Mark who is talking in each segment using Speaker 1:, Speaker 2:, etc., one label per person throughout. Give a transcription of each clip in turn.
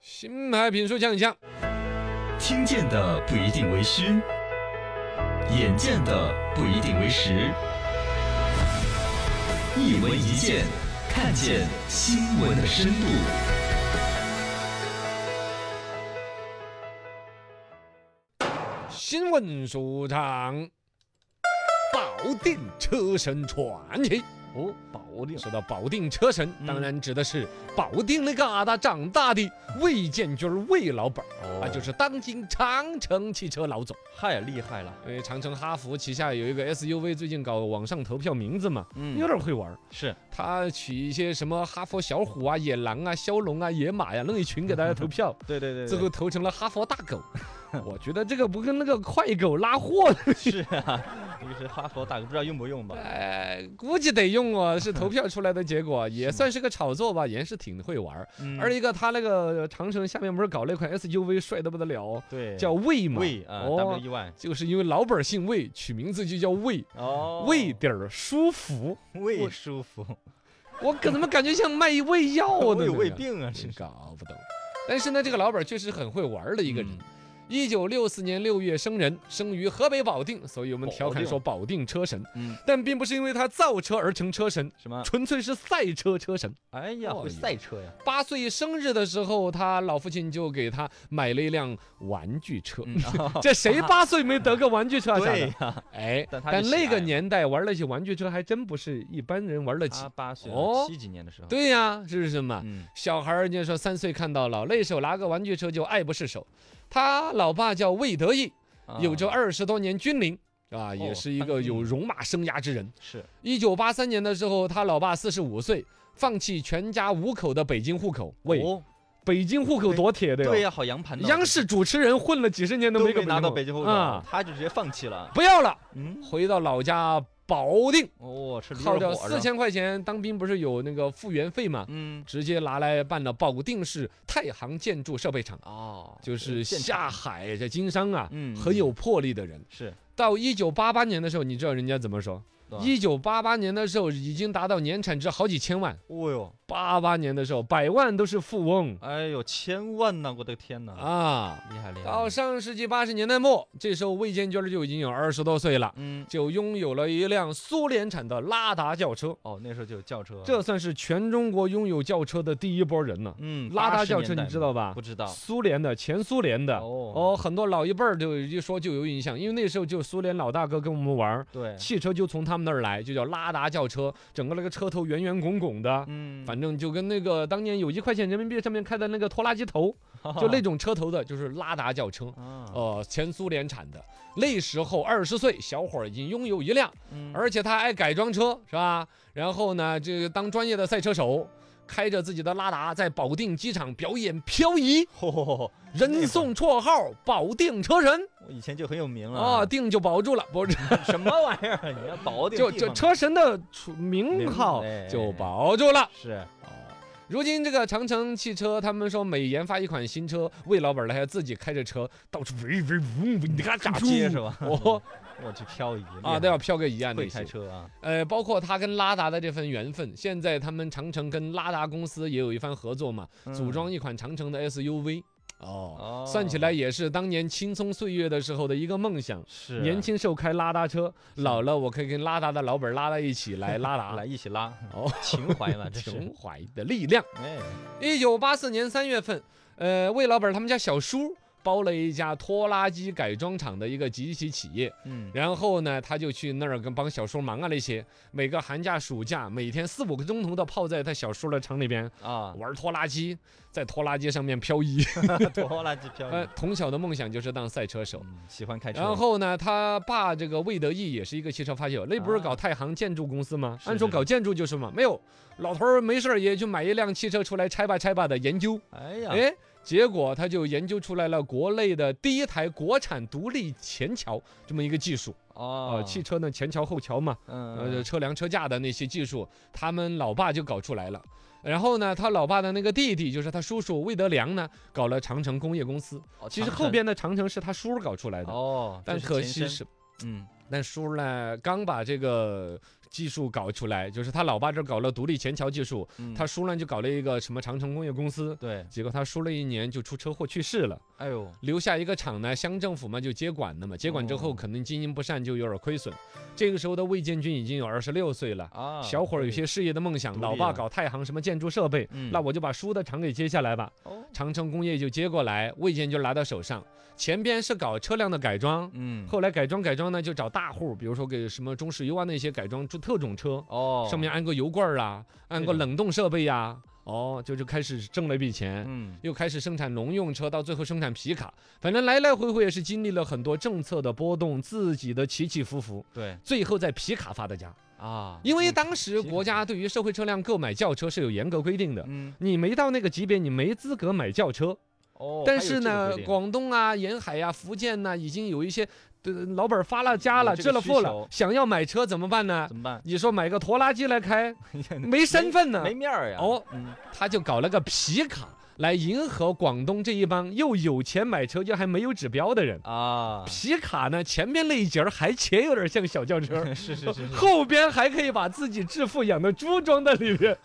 Speaker 1: 新牌评书讲一讲，
Speaker 2: 听见的不一定为虚，眼见的不一定为实。一闻一见，看见新闻的深度。
Speaker 1: 新闻说唱，保定车神传奇。
Speaker 3: 哦，保定
Speaker 1: 说到保定车神，
Speaker 3: 嗯
Speaker 1: 当然指的是保定那旮瘩长大的魏建军魏老板儿
Speaker 3: 哦
Speaker 1: 啊，就是当今长城汽车老总。
Speaker 3: 太厉害了，
Speaker 1: 因为长城哈弗旗下有一个 SUV，最近搞网上投票名字嘛，
Speaker 3: 嗯
Speaker 1: 有点会玩儿。
Speaker 3: 是
Speaker 1: 他取一些什么哈佛小虎啊、野狼啊、骁龙啊、野马呀、弄一群给大家投票，
Speaker 3: 对对对，
Speaker 1: 最后投成了哈佛大狗。 我觉得这个不跟那个快狗拉货，
Speaker 3: 是啊，这个是哈佛大哥，不知道用不用吧？
Speaker 1: 呃，估计得用哦，是投票出来的结 果，也算是个炒作吧，也是挺会玩儿。
Speaker 3: 嗯
Speaker 1: 而一个他那个长城下面不是搞那款 SUV 帅的不得了，哦
Speaker 3: 对
Speaker 1: 叫魏嘛，
Speaker 3: 魏啊，W
Speaker 1: 哦，
Speaker 3: E Y
Speaker 1: 就是因为老板姓魏，取名字就叫魏，
Speaker 3: 哦
Speaker 1: 魏点儿舒服。
Speaker 3: 胃舒服，
Speaker 1: 我可怎么感觉像卖胃药
Speaker 3: 我
Speaker 1: 的？
Speaker 3: 有胃，病啊，
Speaker 1: 真
Speaker 3: 这是
Speaker 1: 搞不懂。但是呢，这个老板确实很会玩儿的一个人
Speaker 3: 嗯。
Speaker 1: 一九六四年六月生人，生于河北保定，所以我们调侃说保定车神，
Speaker 3: 嗯
Speaker 1: 但并不是因为他造车而成车神，
Speaker 3: 什么？
Speaker 1: 纯粹是赛车车神。
Speaker 3: 哎呀，
Speaker 1: 哦
Speaker 3: 会赛车呀，
Speaker 1: 八岁生日的时候，他老父亲就给他买了一辆玩具车。
Speaker 3: 嗯， 啊
Speaker 1: 这谁八岁没得个玩具车啊？傻
Speaker 3: 对
Speaker 1: 子
Speaker 3: 呀，
Speaker 1: 哎，
Speaker 3: 但他就
Speaker 1: 但
Speaker 3: 喜
Speaker 1: 那个
Speaker 3: 爱
Speaker 1: 年代玩那些玩具车还真不是一般人玩得起
Speaker 3: 他。八岁
Speaker 1: 哦
Speaker 3: 了，七几年的时候，，
Speaker 1: 对呀、是不是嘛？
Speaker 3: 嗯，
Speaker 1: 小孩儿，人家说三岁看到老，那时候拿个玩具车就爱不释手。他老爸叫魏德义，
Speaker 3: 啊
Speaker 1: 有着二十多年军龄。啊，也
Speaker 3: 哦
Speaker 1: 是一
Speaker 3: 当
Speaker 1: 个
Speaker 3: 兵
Speaker 1: 有戎马生涯之人。
Speaker 3: 是
Speaker 1: 一九八三年的时候，他老爸四十五岁，放弃全家五口的北京户口。喂，
Speaker 3: 哦
Speaker 1: 北京户口多铁的哟
Speaker 3: 对呀，好洋盘的，
Speaker 1: 央视主持人混了几十年都
Speaker 3: 都
Speaker 1: 没
Speaker 3: 没
Speaker 1: 个
Speaker 3: 拿到北京户口，
Speaker 1: 啊，
Speaker 3: 他就直接放弃了，
Speaker 1: 不要了，
Speaker 3: 嗯，
Speaker 1: 回到老家保定，
Speaker 3: 哦，吃驴
Speaker 1: 耗
Speaker 3: 肉
Speaker 1: 掉
Speaker 3: 火
Speaker 1: 四
Speaker 3: 烧，
Speaker 1: 千块钱，当兵不是有那个复员费嘛，
Speaker 3: 嗯，
Speaker 1: 直接拿来办了保定市太行建筑设备厂，
Speaker 3: 哦，
Speaker 1: 就是
Speaker 3: 现
Speaker 1: 下
Speaker 3: 场
Speaker 1: 海这经商啊，
Speaker 3: 嗯
Speaker 1: 很有魄力的人。
Speaker 3: 是
Speaker 1: 到一九八八年的时候，你知道人家怎么说？
Speaker 3: 对吧
Speaker 1: 一九八八年的时候已经达到年产值好几千万，
Speaker 3: 哦哟，
Speaker 1: 八八年的时候百万都是富翁
Speaker 3: 哎呦，千万呐！我的天呐！
Speaker 1: 啊。
Speaker 3: 厉害厉害！
Speaker 1: 到上世纪八十年代末，这时候魏建军儿就已经有二十多岁了，
Speaker 3: 嗯，
Speaker 1: 就拥有了一辆苏联产的拉达轿车，
Speaker 3: 哦，那时候就有轿车，
Speaker 1: 这算是全中国拥有轿车的第一波人了。
Speaker 3: 嗯，
Speaker 1: 拉达
Speaker 3: 80
Speaker 1: 轿车
Speaker 3: 年代
Speaker 1: 你知道吧
Speaker 3: 不知道
Speaker 1: 苏联的，前苏联的，
Speaker 3: 哦，
Speaker 1: 哦，很多老一辈儿就一说就有印象，因为那时候就苏联老大哥跟我们玩儿，
Speaker 3: 对，
Speaker 1: 汽车就从他们那儿来，就叫拉达轿车，整个那个车头圆圆拱拱的。
Speaker 3: 嗯，
Speaker 1: 反正就跟那个当年有一块钱人民币上面开的那个拖拉机 头，
Speaker 3: 哦
Speaker 1: 就那种车头的，就是拉达轿车。
Speaker 3: 啊，
Speaker 1: 呃，前苏联产的。那时候二十岁小伙儿已经拥有一辆，
Speaker 3: 嗯
Speaker 1: 而且他还改装车，是吧？然后呢，这个当专业的赛车手，开着自己的拉达在保定机场表演漂移，
Speaker 3: 嚯，
Speaker 1: 人送绰号“保定车神
Speaker 3: 我哦以前就很有名”了
Speaker 1: 啊，定就保住 了，不是
Speaker 3: 什么玩意儿？你要保定
Speaker 1: 就
Speaker 3: 地
Speaker 1: 就
Speaker 3: 方
Speaker 1: 车神的出名
Speaker 3: 名
Speaker 1: 号
Speaker 3: 哎哦
Speaker 1: 就保住了。
Speaker 3: 是
Speaker 1: 如今这个长城汽车，他们说每研发一款新车，魏老板儿呢还自己开着车到处喂喂嗡嗡，你看
Speaker 3: 炸街是？吧？
Speaker 1: 哦
Speaker 3: 我去漂移
Speaker 1: 啊，都要漂个移啊那
Speaker 3: 嗯哎会
Speaker 1: 些
Speaker 3: 开。车啊，
Speaker 1: 呃，包括他跟拉达的这份缘分，现在他们长城跟拉达公司也有一番合作嘛，组
Speaker 3: 嗯
Speaker 1: 装一款长城的 SUV。哦，
Speaker 3: 哦
Speaker 1: 算起来也是当年青葱岁月的时候的一个梦想。
Speaker 3: 是
Speaker 1: 年轻时候开拉达车，老了我可以跟拉达的老板拉到一起来拉达。
Speaker 3: 啊 来一起拉，嗯
Speaker 1: 哦，
Speaker 3: 情怀 嘛，这是
Speaker 1: 情怀的力量。
Speaker 3: 哎，
Speaker 1: 一九八四年三月份，呃，魏老板他们家小叔包了一家拖拉机改装厂的一个集体企业，
Speaker 3: 嗯，
Speaker 1: 然后呢，他就去那儿跟帮小叔忙啊那些，每个寒假暑假，每天四五个钟头的泡在他小叔的厂里边
Speaker 3: 啊，
Speaker 1: 玩拖拉机，在拖拉机上面漂 移。
Speaker 3: 拖拉机漂
Speaker 1: 呃
Speaker 3: 移，，
Speaker 1: 从小的梦想就是当赛车手。
Speaker 3: 嗯喜欢开车，
Speaker 1: 然后呢，他爸这个魏德义也是一个汽车发烧友，那不是
Speaker 3: 啊
Speaker 1: 搞太行建筑公司吗？
Speaker 3: 是
Speaker 1: 按说
Speaker 3: 是
Speaker 1: 搞建筑就是嘛，没有老头儿没事儿也去买一辆汽车出来拆吧拆吧的研究，
Speaker 3: 哎呀，
Speaker 1: 哎，结果他就研究出来了国内的第一台国产独立前桥这么一个技术啊、
Speaker 3: 哦
Speaker 1: 呃，汽车呢前桥后桥嘛，呃，
Speaker 3: 嗯，
Speaker 1: 车梁车架的那些技术，他们老爸就搞出来了。然后呢，他老爸的那个弟弟，就是他叔叔魏德良呢，搞了长城工业公司。
Speaker 3: 哦
Speaker 1: 其实
Speaker 3: 长
Speaker 1: 后
Speaker 3: 城
Speaker 1: 边的长城是他叔搞出来的，
Speaker 3: 哦，
Speaker 1: 但
Speaker 3: 这是
Speaker 1: 可
Speaker 3: 前
Speaker 1: 惜
Speaker 3: 身，
Speaker 1: 是，
Speaker 3: 嗯，
Speaker 1: 但叔呢刚把这个技术搞出来，就是他老爸这儿搞了独立前桥技术，
Speaker 3: 嗯
Speaker 1: 他叔呢就搞了一个什么长城工业公司，
Speaker 3: 对，
Speaker 1: 结果他输了一年就出车祸去世了，
Speaker 3: 哎呦，
Speaker 1: 留下一个厂呢，乡政府嘛就接管了嘛，接管之后
Speaker 3: 哦
Speaker 1: 可能经营不善就有点亏损，这个时候的魏建军已经有二十六岁了。
Speaker 3: 啊，
Speaker 1: 小伙儿有
Speaker 3: 对，
Speaker 1: 些事业的梦想，
Speaker 3: 独
Speaker 1: 老
Speaker 3: 立
Speaker 1: 爸
Speaker 3: 了
Speaker 1: 搞太行什么建筑设备，
Speaker 3: 嗯
Speaker 1: 那我就把叔的厂给接下来吧。
Speaker 3: 哦
Speaker 1: 长城工业就接过来，魏建军拿到手上，前边是搞车辆的改装，
Speaker 3: 嗯，
Speaker 1: 后来改装改装呢，就找大户，比如说给什么中石油啊那些改装出特种车，
Speaker 3: 哦，
Speaker 1: 上面，安个油罐儿啊，安
Speaker 3: 这
Speaker 1: 个
Speaker 3: 种
Speaker 1: 冷冻设备呀、哦，就就开始挣了一笔钱。
Speaker 3: 嗯，
Speaker 1: 又开始生产农用车，到最后生产皮卡，反正来来回回也是经历了很多政策的波动，自己的起起伏伏，
Speaker 3: 对
Speaker 1: 最后在皮卡发的家。
Speaker 3: 啊，
Speaker 1: 因为
Speaker 3: 嗯，
Speaker 1: 当时
Speaker 3: 皮
Speaker 1: 国
Speaker 3: 卡
Speaker 1: 家对于社会车辆购买轿车是有严格规定的，
Speaker 3: 嗯，
Speaker 1: 你没到那个级别，你没资格买轿车。
Speaker 3: 哦，
Speaker 1: 但
Speaker 3: 还有
Speaker 1: 是
Speaker 3: 这个
Speaker 1: 呢
Speaker 3: 规，定
Speaker 1: 广东啊、沿海呀、福建呐、已经有一些呃老板发了家
Speaker 3: 有
Speaker 1: 了、
Speaker 3: 这
Speaker 1: 致
Speaker 3: 个
Speaker 1: 了
Speaker 3: 需
Speaker 1: 富了
Speaker 3: 求，
Speaker 1: 想要买车怎么办呢？
Speaker 3: 怎么办？
Speaker 1: 你说买个拖拉机来开，没身份呢
Speaker 3: 没，面儿呀，
Speaker 1: 哦
Speaker 3: 嗯，
Speaker 1: 他就搞了个皮卡来迎合广东这一帮又有钱买车又还没有指标的人。
Speaker 3: 啊，，
Speaker 1: 皮卡呢，前面那一截儿还且有点像小轿车
Speaker 3: 是是是是，
Speaker 1: 后边还可以把自己致富养的猪装在里 面。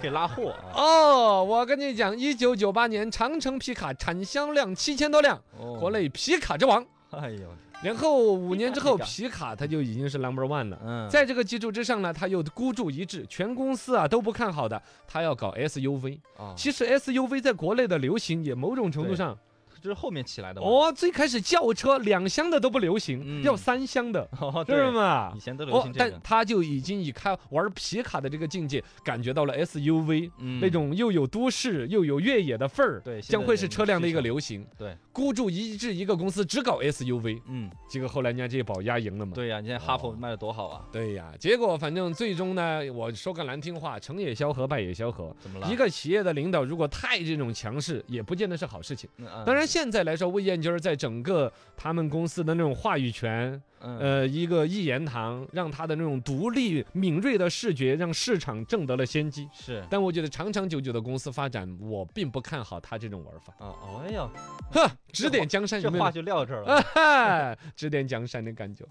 Speaker 3: 可以拉货啊，
Speaker 1: 哦，我跟你讲，一九九八年长城皮卡产销量七千多辆，
Speaker 3: 哦
Speaker 1: 国，内皮卡之王。
Speaker 3: 哎呦，
Speaker 1: 然后五年之后，
Speaker 3: 皮卡
Speaker 1: 皮卡它就已经是 number one 了。
Speaker 3: 嗯，
Speaker 1: 在这个基础之上呢，它又孤注一掷，全公司啊都不看好的，它要搞 SUV。
Speaker 3: 啊，
Speaker 1: 其实 SUV 在国内的流行也某种程度
Speaker 3: 对
Speaker 1: 上，
Speaker 3: 就是后面起来的嘛，
Speaker 1: 哦，最开始轿车两厢的都不流行，
Speaker 3: 嗯
Speaker 1: 要三厢的，
Speaker 3: 哦，
Speaker 1: 是
Speaker 3: 对，
Speaker 1: 吗
Speaker 3: 以？前都流
Speaker 1: 哦
Speaker 3: 行，这
Speaker 1: 但
Speaker 3: 个，
Speaker 1: 他就已经以开玩皮卡的这个境界，感觉到了 SUV。
Speaker 3: 嗯
Speaker 1: 那种又有都市又有越野的份儿，
Speaker 3: 对现
Speaker 1: 将
Speaker 3: 在
Speaker 1: 会
Speaker 3: 人
Speaker 1: 是车辆的
Speaker 3: 需
Speaker 1: 一个
Speaker 3: 求
Speaker 1: 流行。
Speaker 3: 对，
Speaker 1: 孤注一掷，一个公司只搞 SUV，
Speaker 3: 嗯，
Speaker 1: 结果后来人家这一把压赢了嘛。
Speaker 3: 对呀，你看哈
Speaker 1: 哦
Speaker 3: 佛卖的多好啊，
Speaker 1: 对呀，结果反正最终呢，我说个难听话，成也萧何，败也萧何。
Speaker 3: 怎么了？
Speaker 1: 一个企业的领导如果太这种强势，也不见得是好事情。
Speaker 3: 嗯，
Speaker 1: 当
Speaker 3: 当
Speaker 1: 然，现在来说，魏建军儿在整个他们公司的那种话语权，
Speaker 3: 嗯，
Speaker 1: 呃，一个一言堂，让他的那种独立、敏锐的视觉，让市场挣得了先机。
Speaker 3: 是，
Speaker 1: 但我觉得长长久久的公司发展，我并不看好他这种玩 法。
Speaker 3: 哦，哎呀，
Speaker 1: 呵，指点江山有
Speaker 3: 这
Speaker 1: 没
Speaker 3: 话
Speaker 1: 有？
Speaker 3: 就撂这儿 了。
Speaker 1: 啊哈，指点江山的感觉。